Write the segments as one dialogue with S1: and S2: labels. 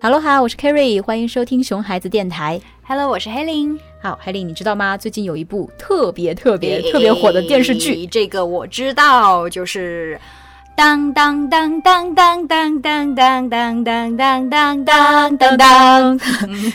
S1: 哈喽哈，我是 Kerry，欢迎收听熊孩子电台。
S2: Hello，我是黑玲。
S1: 好，海丽，你知道吗？最近有一部特别特别特别火的电视剧，
S2: 诶这个我知道，就是当当当当当当当当当当当当当当 当，啊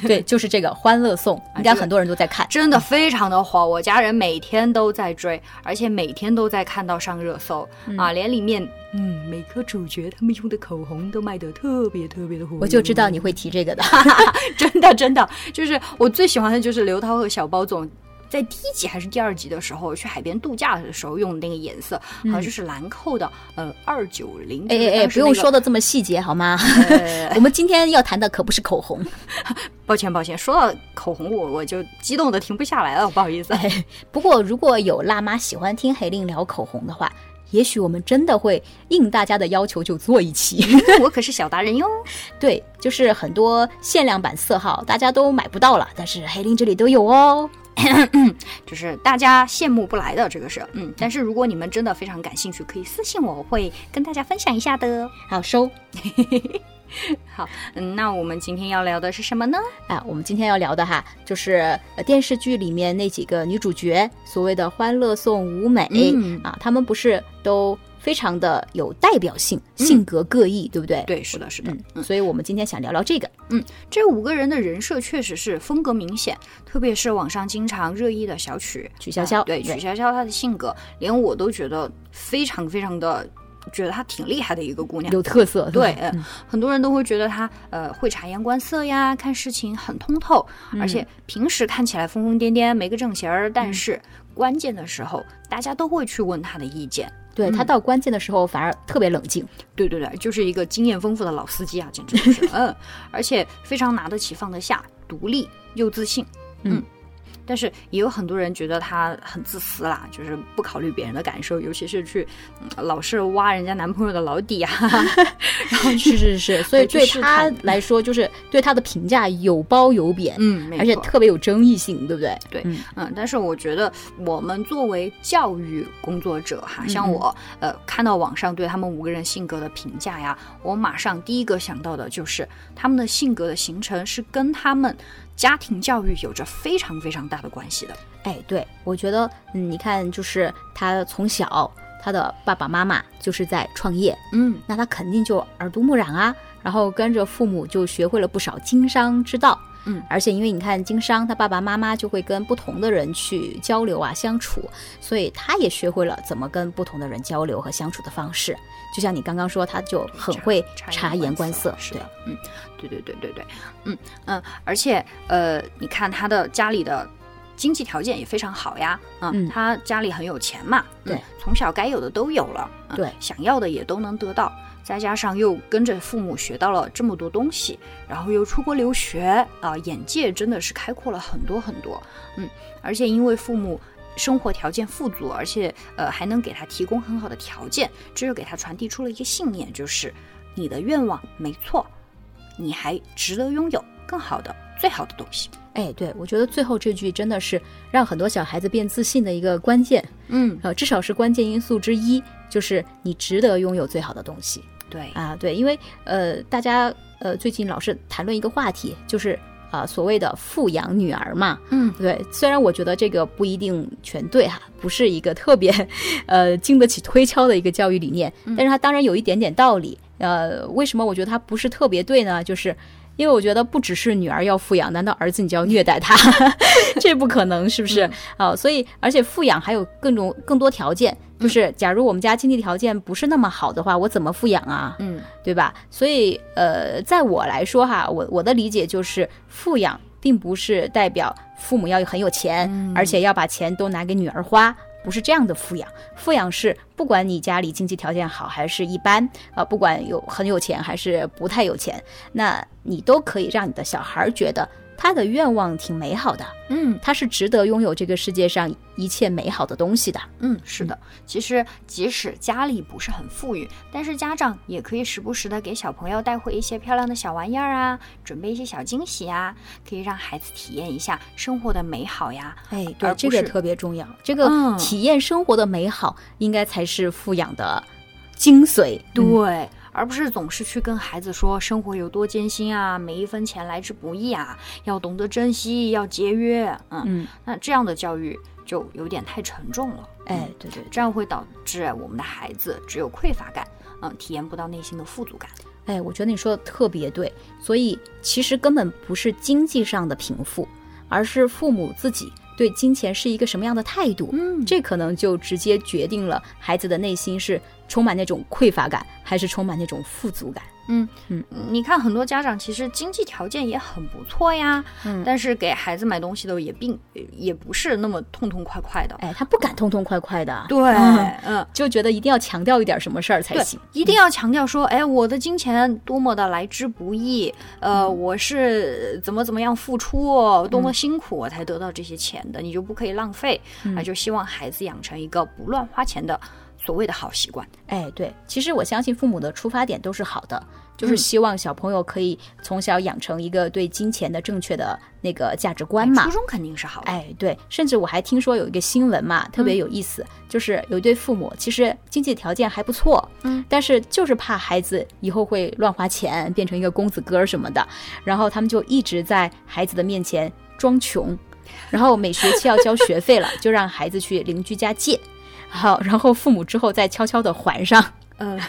S1: 对，就是这个《欢乐颂》，应该
S2: 这个嗯
S1: 很多人都在看。
S2: 真的非常的火，我家人每天都在追，而且每天都在看到上热搜、啊，连里面嗯每个主角他们用的口红都卖的特别特别的火，
S1: 我就知道你会提这 个的。哎
S2: 真的真的，就是我最喜欢的就是刘涛和小包总。在第一集还是第二集的时候，去海边度假的时候用的那个颜色，好像就是兰蔻的，呃，二九零。
S1: 哎哎哎，不用说的这么细节好吗？ 我们今天要谈的可不是口红，
S2: 抱歉抱歉，说到口红，我我就激动的停不下来了，不好意思。
S1: 哎不过如果有辣妈喜欢听黑令聊口红的话，也许我们真的会应大家的要求就做一期。
S2: 我可是小达人哟。
S1: 对，就是很多限量版色号大家都买不到了，但是黑令这里都有哦。
S2: 就是大家羡慕不来的，这个是，嗯，但是如果你们真的非常感兴趣，可以私信我，我会跟大家分享一下的。
S1: 好收
S2: 嗯，那我们今天要聊的是什么呢？
S1: 啊！我们今天要聊的哈，就是呃电视剧里面那几个女主角，所谓的《欢乐颂》舞美、
S2: 嗯
S1: 啊，她们不是都非常的有代表性，性格各异，对不对？
S2: 嗯对，是的，是的，
S1: 嗯，所以我们今天想聊聊这个。
S2: 这五个人的人设确实是风格明显，特别是网上经常热议的小曲
S1: 曲筱绡
S2: 啊对
S1: 对
S2: 曲筱绡她的性格，连我都觉得非常非常的觉得她挺厉害的一个姑娘。
S1: 有特色，
S2: 对，
S1: 是吧嗯
S2: 呃很多人都会觉得她呃会察言观色呀，看事情很通透，而且平时看起来疯疯癫癫，没个正形儿，但
S1: 嗯
S2: 是关键的时候大家都会去问她的意见。
S1: 对他到关键的时候反而特别冷 静，
S2: 对对对，就是一个经验丰富的老司机啊，简直就是， 嗯，而且非常拿得起放得下，独立又自信，
S1: 嗯
S2: 但是也有很多人觉得他很自私啦，就是不考虑别人的感受，尤其是去、嗯老是挖人家男朋友的 老底啊， 然后去，
S1: 是是是，所以
S2: 对
S1: 对
S2: 去试
S1: 他
S2: 探
S1: 来说，就是对他的评价有褒有贬，
S2: 嗯，没
S1: 而且
S2: 错
S1: 特别有争议性，对不对？
S2: 对
S1: 嗯
S2: 嗯，但是我觉得我们作为教育工作者哈，
S1: 嗯
S2: 像我呃看到网上对他们五个人性格的评价呀，我马上第一个想到的就是他们的性格的形成是跟他们家庭教育有着非常非常大的关系的。
S1: 哎，对，我觉得，嗯，你看，就是他从小，他的爸爸妈妈就是在创业，
S2: 嗯，
S1: 那他肯定就耳濡目染啊，然后跟着父母就学会了不少经商之道。
S2: 嗯，
S1: 而且因为你看经商，他爸爸妈妈就会跟不同的人去交流啊、相处，所以他也学会了怎么跟不同的人交流和相处的方式。就像你刚刚说，他就很会察言观色，
S2: 是
S1: 对
S2: 的，，嗯，对对对对对，嗯嗯，而且呃，你看他的家里的经济条件也非常好呀，啊、
S1: 嗯
S2: 他家里很有钱嘛，嗯
S1: 对，
S2: 从小该有的都有了，嗯
S1: 对
S2: 想要的也都能得到。再加上又跟着父母学到了这么多东西，然后又出国留学啊、眼界真的是开阔了很多很多。嗯，而且因为父母生活条件富足，而且呃还能给他提供很好的条件，这就给他传递出了一个信念，就是你的愿望没错，你还值得拥有更好的、最好的东西。
S1: 哎，对，我觉得最后这句真的是让很多小孩子变自信的一个关键，
S2: 嗯，
S1: 呃，至少是关键因素之一，就是你值得拥有最好的东西。
S2: 对，
S1: 啊，对，因为呃，大家呃最近老是谈论一个话题，就是啊、所谓的富养女儿嘛。
S2: 嗯，
S1: 对，虽然我觉得这个不一定全对哈，不是一个特别呃经得起推敲的一个教育理念，但是它当然有一点点道理。呃，为什么我觉得它不是特别对呢？就是。因为我觉得不只是女儿要富养，难道儿子你就要虐待他？ 这不可能，是不是？啊，所以而且富养还有更种更多条件，就是假如我们家经济条件不是那么好的话，我怎么富养啊？
S2: 嗯，
S1: 对吧？所以，呃，在我来说哈，我我的理解就是，富养并不是代表父母要很有钱，而且要把钱都拿给女儿花，不是这样的富养。富养是不管你家里经济条件好还是一般，啊、不管有很有钱还是不太有钱，那你都可以让你的小孩儿觉得他的愿望挺美好的，
S2: 嗯
S1: 他是值得拥有这个世界上一切美好的东西的。
S2: 嗯，是的。其实，即使家里不是很富裕，但是家长也可以时不时的给小朋友带回一些漂亮的小玩意儿啊，准备一些小惊喜啊，可以让孩子体验一下生活的美好呀。
S1: 哎，
S2: 而
S1: 对，
S2: 不
S1: 这个
S2: 是
S1: 特别重要。这个
S2: 嗯
S1: 体验生活的美好，应该才是富养的精髓。嗯
S2: 对，而不是总是去跟孩子说生活有多艰辛啊，每一分钱来之不易啊，要懂得珍惜，要节约。嗯，
S1: 嗯，
S2: 那这样的教育就有点太沉重了。
S1: 哎，对对
S2: 这样会导致我们的孩子只有匮乏感，嗯，体验不到内心的富足感。
S1: 哎，我觉得你说的特别对，所以其实根本不是经济上的贫富，而是父母自己对金钱是一个什么样的态度，
S2: 嗯
S1: 这可能就直接决定了孩子的内心是充满那种匮乏感，还是充满那种富足感。
S2: 嗯你看，很多家长其实经济条件也很不错呀，
S1: 嗯
S2: 但是给孩子买东西的也并呃也不是那么痛痛快快的。
S1: 哎，他不敢痛痛快快的，
S2: 对，
S1: 嗯
S2: 嗯，
S1: 就觉得一定要强调一点什么事儿才
S2: 对
S1: 行。，
S2: 一定要强调说，哎，我的金钱多么的来之不易，呃，我是怎么怎么样付出哦，多么辛苦我才得到这些钱的，你就不可以浪费啊，就希望孩子养成一个不乱花钱的所谓的好习惯。
S1: 哎，对，其实我相信父母的出发点都是好的，就是
S2: 嗯
S1: 希望小朋友可以从小养成一个对金钱的正确的那个价值观嘛
S2: 初。衷肯定是好的。
S1: 哎，对，甚至我还听说有一个新闻嘛，特
S2: 嗯
S1: 别有意思，就是有一对父母其实经济条件还不错，
S2: 嗯，
S1: 但是就是怕孩子以后会乱花钱，变成一个公子哥儿什么的，然后他们就一直在孩子的面前装穷，然后每学期要交学费了，就让孩子去邻居家借，好，然后父母之后再悄悄的还上。
S2: 嗯，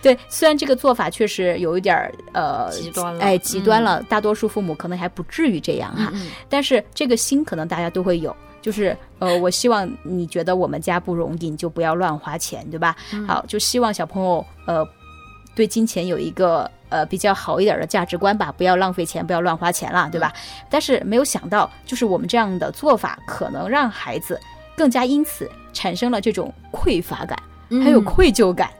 S1: 对，虽然这个做法确实有一点儿呃
S2: 极端了
S1: 哎，极端
S2: 嗯
S1: 了，大多数父母可能还不至于这样哈、啊
S2: 嗯
S1: 但是这个心可能大家都会有，就是呃，我希望你觉得我们家不容易，你就不要乱花钱，对吧？
S2: 嗯
S1: 好，就希望小朋友呃对金钱有一个呃比较好一点的价值观吧，不要浪费钱，不要乱花钱啦，对吧？
S2: 嗯
S1: 但是没有想到，就是我们这样的做法可能让孩子更加因此产生了这种匮乏感，
S2: 嗯
S1: 还有愧疚感。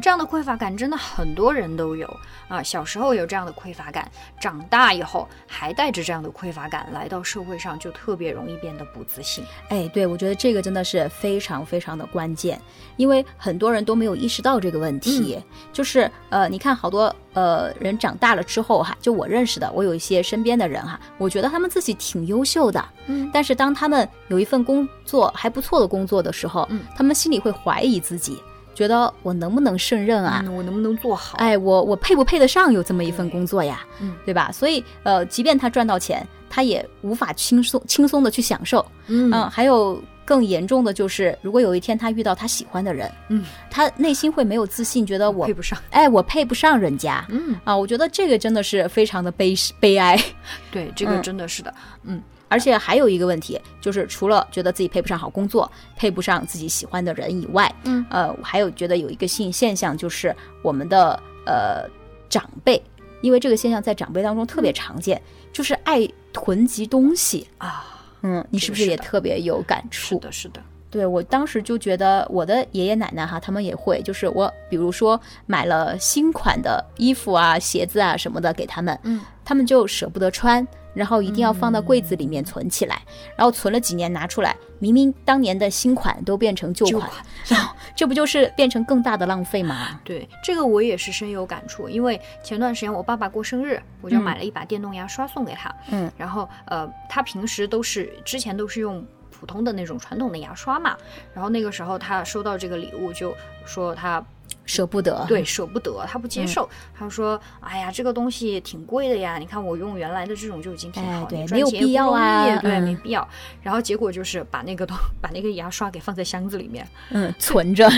S2: 这样的匮乏感真的很多人都有啊，小时候有这样的匮乏感，长大以后还带着这样的匮乏感来到社会上，就特别容易变得不自信。
S1: 哎，对，我觉得这个真的是非常非常的关键，因为很多人都没有意识到这个问题。
S2: 嗯
S1: 就是呃，你看好多呃人长大了之后哈，就我认识的，我有一些身边的人哈，我觉得他们自己挺优秀的，
S2: 嗯，
S1: 但是当他们有一份工作还不错的工作的时候，
S2: 嗯
S1: 他们心里会怀疑自己，觉得我能不能胜任啊？
S2: 嗯我能不能做好？
S1: 哎，我我配不配得上有这么一份
S2: 对
S1: 工作呀？
S2: 嗯
S1: 对吧？所以呃，即便他赚到钱，他也无法轻松轻松的去享受。
S2: 嗯
S1: 嗯，还有更严重的就是，如果有一天他遇到他喜欢的人，
S2: 嗯，
S1: 他内心会没有自信，觉得我
S2: 配不上。
S1: 哎，我配不上人家
S2: 呃嗯，
S1: 啊！我觉得这个真的是非常的悲悲哀。
S2: 对，这个
S1: 嗯
S2: 真的是的。
S1: 而且还有一个问题，就是除了觉得自己配不上好工作，配不上自己喜欢的人以外，
S2: 嗯
S1: 呃，我还有觉得有一个新现象，就是我们的呃长辈，因为这个现象在长辈当中
S2: 嗯
S1: 特别常见，就是爱囤积东西。
S2: 啊，
S1: 嗯，你
S2: 这
S1: 是
S2: 个
S1: 不是
S2: 是
S1: 也
S2: 的
S1: 特别有感触
S2: 是？的，是的，
S1: 对我当时就觉得我的爷爷奶奶哈，他们也会，就是我比如说买了新款的衣服啊、鞋子啊什么的给他们，
S2: 嗯，
S1: 他们就舍不得穿，然后一定要放到柜子里
S2: 嗯
S1: 面存起来，然后存了几年拿出来，明明当年的新款都变成旧
S2: 旧
S1: 款，
S2: 款。
S1: 这不就是变成更大的浪费吗？
S2: 对，这个我也是深有感触，因为前段时间我爸爸过生日，我就
S1: 嗯
S2: 买了一把电动牙刷送给他。
S1: 嗯，
S2: 然后呃，他平时都是之前都是用普通的那种传统的牙刷嘛，然后那个时候他收到这个礼物就说他
S1: 舍不得，
S2: 对，舍不得，他
S1: 嗯
S2: 不接受，他说：“哎呀，这个东西挺贵的呀，你看我用原来的这种就已经挺
S1: 哎
S2: 好，
S1: 对
S2: 你
S1: 没
S2: 赚
S1: 有
S2: 钱也
S1: 必
S2: 不
S1: 要
S2: 容易，
S1: 啊
S2: 对，没
S1: 嗯
S2: 必要。”然后结果就是把那个东 把那个牙刷给放在箱子里面
S1: 嗯，存 着，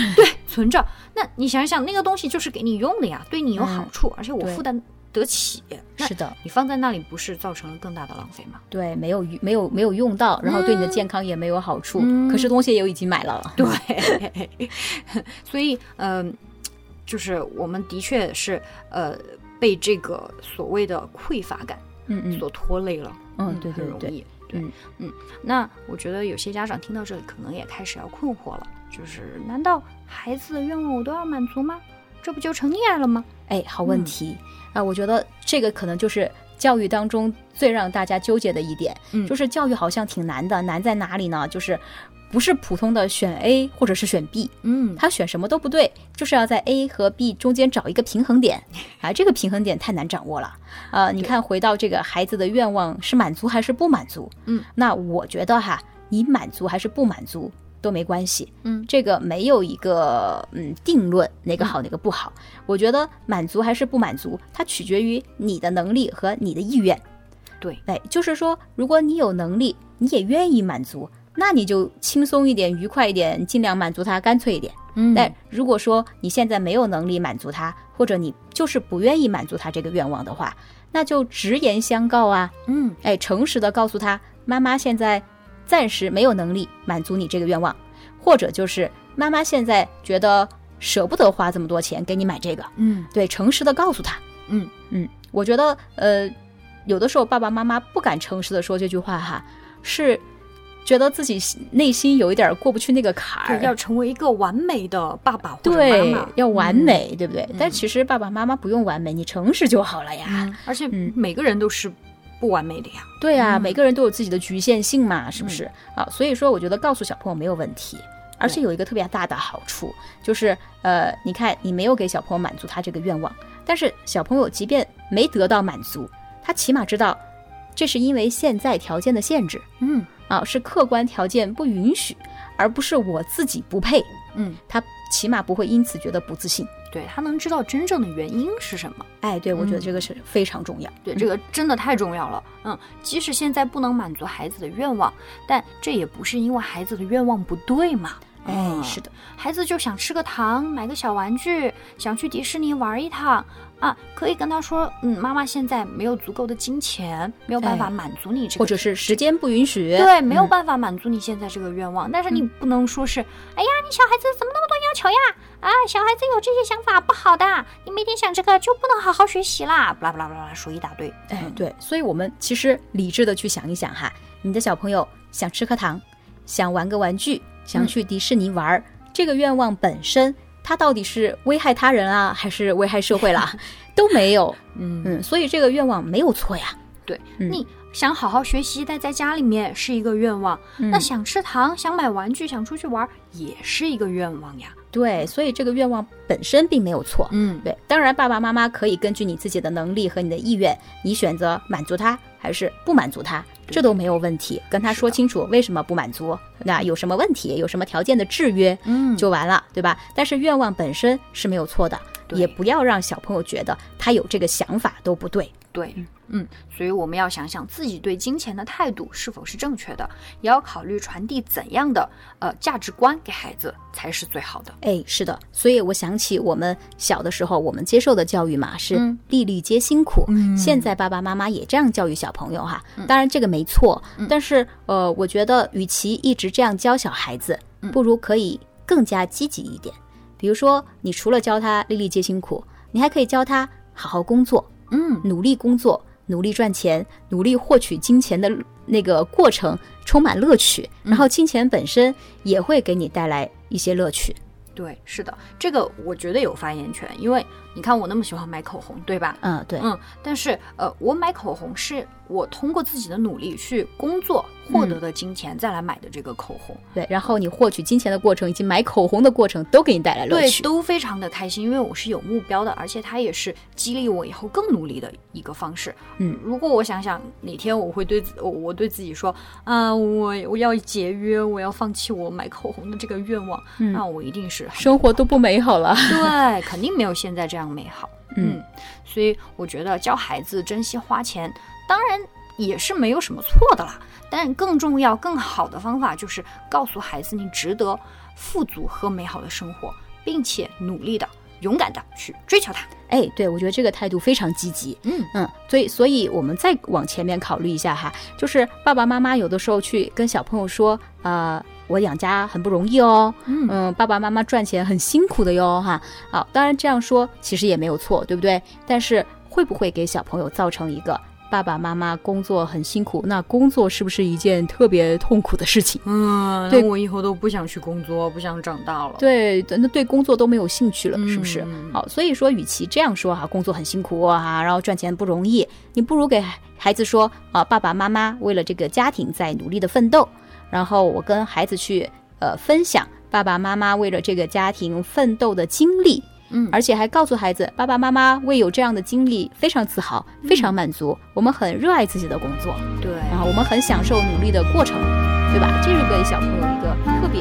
S2: 存着。那你想想，那个东西就是给你用的呀，对你有好
S1: 嗯
S2: 处，而且我
S1: 对
S2: 负担得起。那
S1: 是的，
S2: 你放在那里，不是造成了更大的浪费吗？
S1: 对，没有没有没有用到，然后对你的健康也没有好处，
S2: 嗯
S1: 可是东西也有已经买了了，
S2: 对， 所以嗯、就是我们的确是呃被这个所谓的匮乏感
S1: 嗯嗯
S2: 所拖累了。
S1: 嗯，对对
S2: 很容
S1: 对。
S2: 易。对
S1: 嗯
S2: 嗯，那我觉得有些家长听到这里，可能也开始要困惑了，就是难道孩子的愿望我都要满足吗？这不就成溺爱了吗？
S1: 哎，好问题、
S2: 嗯
S1: 啊！我觉得这个可能就是教育当中最让大家纠结的一点，
S2: 嗯
S1: 就是教育好像挺难的，难在哪里呢？就是不是普通的选 A 或者是选 B，
S2: 嗯，
S1: 他选什么都不对，就是要在 A 和 B 中间找一个平衡 点啊！这个平衡点太难掌握了。呃，你看，回到这个孩子的愿望是满足还是不满足？
S2: 嗯，
S1: 那我觉得哈，你满足还是不满足，都没关系。
S2: 嗯
S1: 这个没有一个嗯定论哪个好哪个不好。我觉得满足还是不满足，它取决于你的能力和你的意愿。
S2: 对，
S1: 哎，就是说，如果你有能力，你也愿意满足，那你就轻松一点、愉快一点，尽量满足他，干脆一点。
S2: 嗯
S1: 但如果说你现在没有能力满足他，或者你就是不愿意满足他这个愿望的话，那就直言相告啊，
S2: 嗯
S1: 哎，诚实的告诉他，妈妈现在暂时没有能力满足你这个愿望，或者就是妈妈现在觉得舍不得花这么多钱给你买这个，
S2: 嗯
S1: 对，诚实的告诉他，
S2: 嗯
S1: 嗯，我觉得呃，有的时候爸爸妈妈不敢诚实的说这句话哈，是觉得自己心内心有一点儿过不去那个坎
S2: 对，要
S1: 儿。
S2: 成为一个完美的爸爸或者
S1: 哎对
S2: 妈妈，，
S1: 要完
S2: 嗯
S1: 美，对不对？但
S2: 嗯
S1: 其实爸爸妈妈不用完美，你诚实就好了呀。
S2: 嗯，而且
S1: 嗯
S2: 每个人都是不完美的呀。
S1: 对啊，
S2: 嗯
S1: 每个人都有自己的局限性嘛，是不是、啊？所以说，我觉得告诉小朋友没有问题，而且有一个特别大的好处，就是呃，你看你没有给小朋友满足他这个愿望，但是小朋友即便没得到满足，他起码知道这是因为现在条件的限制
S2: 嗯
S1: 啊，是客观条件不允许，而不是我自己不配，
S2: 嗯，
S1: 他起码不会因此觉得不自信。
S2: 对他能知道真正的原因是什么，
S1: 哎，对，我觉得
S2: 嗯
S1: 这个是非常重要。
S2: 对
S1: 嗯
S2: 这个真的太重要了。嗯，即使现在不能满足孩子的愿望，但这也不是因为孩子的愿望不对嘛。
S1: 哎，
S2: 嗯
S1: 是的，
S2: 孩子就想吃个糖，买个小玩具，想去迪士尼玩一趟啊，可以跟他说，嗯，妈妈现在没有足够的金钱，没有办法
S1: 哎
S2: 满足你这个，
S1: 或者是时间不允许，
S2: 对，没有
S1: 嗯
S2: 办法满足你现在这个愿望。但是你不能说是，哎呀，你小孩子怎么那么多要求呀？啊，小孩子有这些想法不好的，你每天想这个就不能好好学习啦，巴拉巴拉巴拉说一大堆。
S1: 哎
S2: 嗯，
S1: 对，所以我们其实理智的去想一想哈，你的小朋友想吃颗糖，想玩个玩具，想
S2: 嗯
S1: 去迪士尼玩儿，这个愿望本身，它到底是危害他人啊，还是危害社会 啦？都没有，
S2: 嗯
S1: 嗯，所以这个愿望没有错呀。
S2: 对，
S1: 嗯
S2: 你想好好学习，待在家里面是一个愿望，那
S1: 嗯
S2: 想吃糖、想买玩具、想出去玩也是一个愿望呀。
S1: 对，所以这个愿望本身并没有错。
S2: 嗯
S1: 对，当然爸爸妈妈可以根据你自己的能力和你的意愿，你选择满足他还是不满足他，这都没有问题。跟他
S2: 是
S1: 说
S2: 的
S1: 清楚为什么不满足，那有什么问题，有什么条件的制约，
S2: 嗯
S1: 就完了，对吧？但是愿望本身是没有错的，
S2: 对
S1: 也不要让小朋友觉得他有这个想法都不对。
S2: 对，嗯，所以我们要想想自己对金钱的态度是否是正确的，也要考虑传递怎样的呃价值观给孩子才是最好的。
S1: 哎，是的，所以我想起我们小的时候，我们接受的教育嘛是
S2: 嗯
S1: 粒粒皆辛苦。
S2: 嗯
S1: 现在爸爸妈妈也这样教育小朋友哈，当然这个没错，
S2: 嗯
S1: 但是呃，我觉得与其一直这样教小孩子，
S2: 嗯
S1: 不如可以更加积极一点。比如说，你除了教他粒粒皆辛苦，你还可以教他好好工作，
S2: 嗯，
S1: 努力工作，努力赚钱，努力获取金钱的那个过程充满乐趣，
S2: 嗯
S1: 然后金钱本身也会给你带来一些乐趣。
S2: 嗯对，是的，这个我觉得有发言权，因为你看我那么喜欢买口红，对吧？
S1: 嗯，对，
S2: 嗯，但是呃，我买口红是我通过自己的努力去工作
S1: 嗯
S2: 获得的金钱再来买的这个口红，
S1: 对。然后你获取金钱的过程以及买口红的过程都给你带来乐
S2: 对，
S1: 趣。
S2: 都非常的开心，因为我是有目标的，而且它也是激励我以后更努力的一个方式。
S1: 嗯
S2: 如果我想想哪天我会对自我我对自己说啊，我我要节约，我要放弃我买口红的这个愿望，
S1: 嗯
S2: 那我一定是很
S1: 生活都不美好了。
S2: 对，肯定没有现在这样美好。
S1: 嗯，
S2: 所以我觉得教孩子珍惜花钱，当然也是没有什么错的啦。但更重要、更好的方法就是告诉孩子，你值得富足和美好的生活，并且努力的、勇敢的去追求它。
S1: 哎，对，我觉得这个态度非常积极。
S2: 嗯
S1: 嗯，所以所以我们再往前面考虑一下哈，就是爸爸妈妈有的时候去跟小朋友说，呃，我养家很不容易哦，
S2: 嗯
S1: 嗯，爸爸妈妈赚钱很辛苦的哟，哈。好，当然这样说其实也没有错，对不对？但是会不会给小朋友造成一个爸爸妈妈工作很辛苦，那工作是不是一件特别痛苦的事情？
S2: 嗯，
S1: 对
S2: 我以后都不想去工作，不想长大了。
S1: 对，那对工作都没有兴趣了，是不是？
S2: 嗯
S1: 好，所以说，与其这样说哈、工作很辛苦啊，然后赚钱不容易，你不如给孩孩子说啊，爸爸妈妈为了这个家庭在努力的奋斗，然后我跟孩子去呃分享爸爸妈妈为了这个家庭奋斗的经历，
S2: 嗯
S1: 而且还告诉孩子，爸爸妈妈为有这样的经历非常自豪，非
S2: 嗯
S1: 常满足，我们很热爱自己的工作，
S2: 对，
S1: 然后我们很享受努力的过程，对吧？这是给小朋友一个特别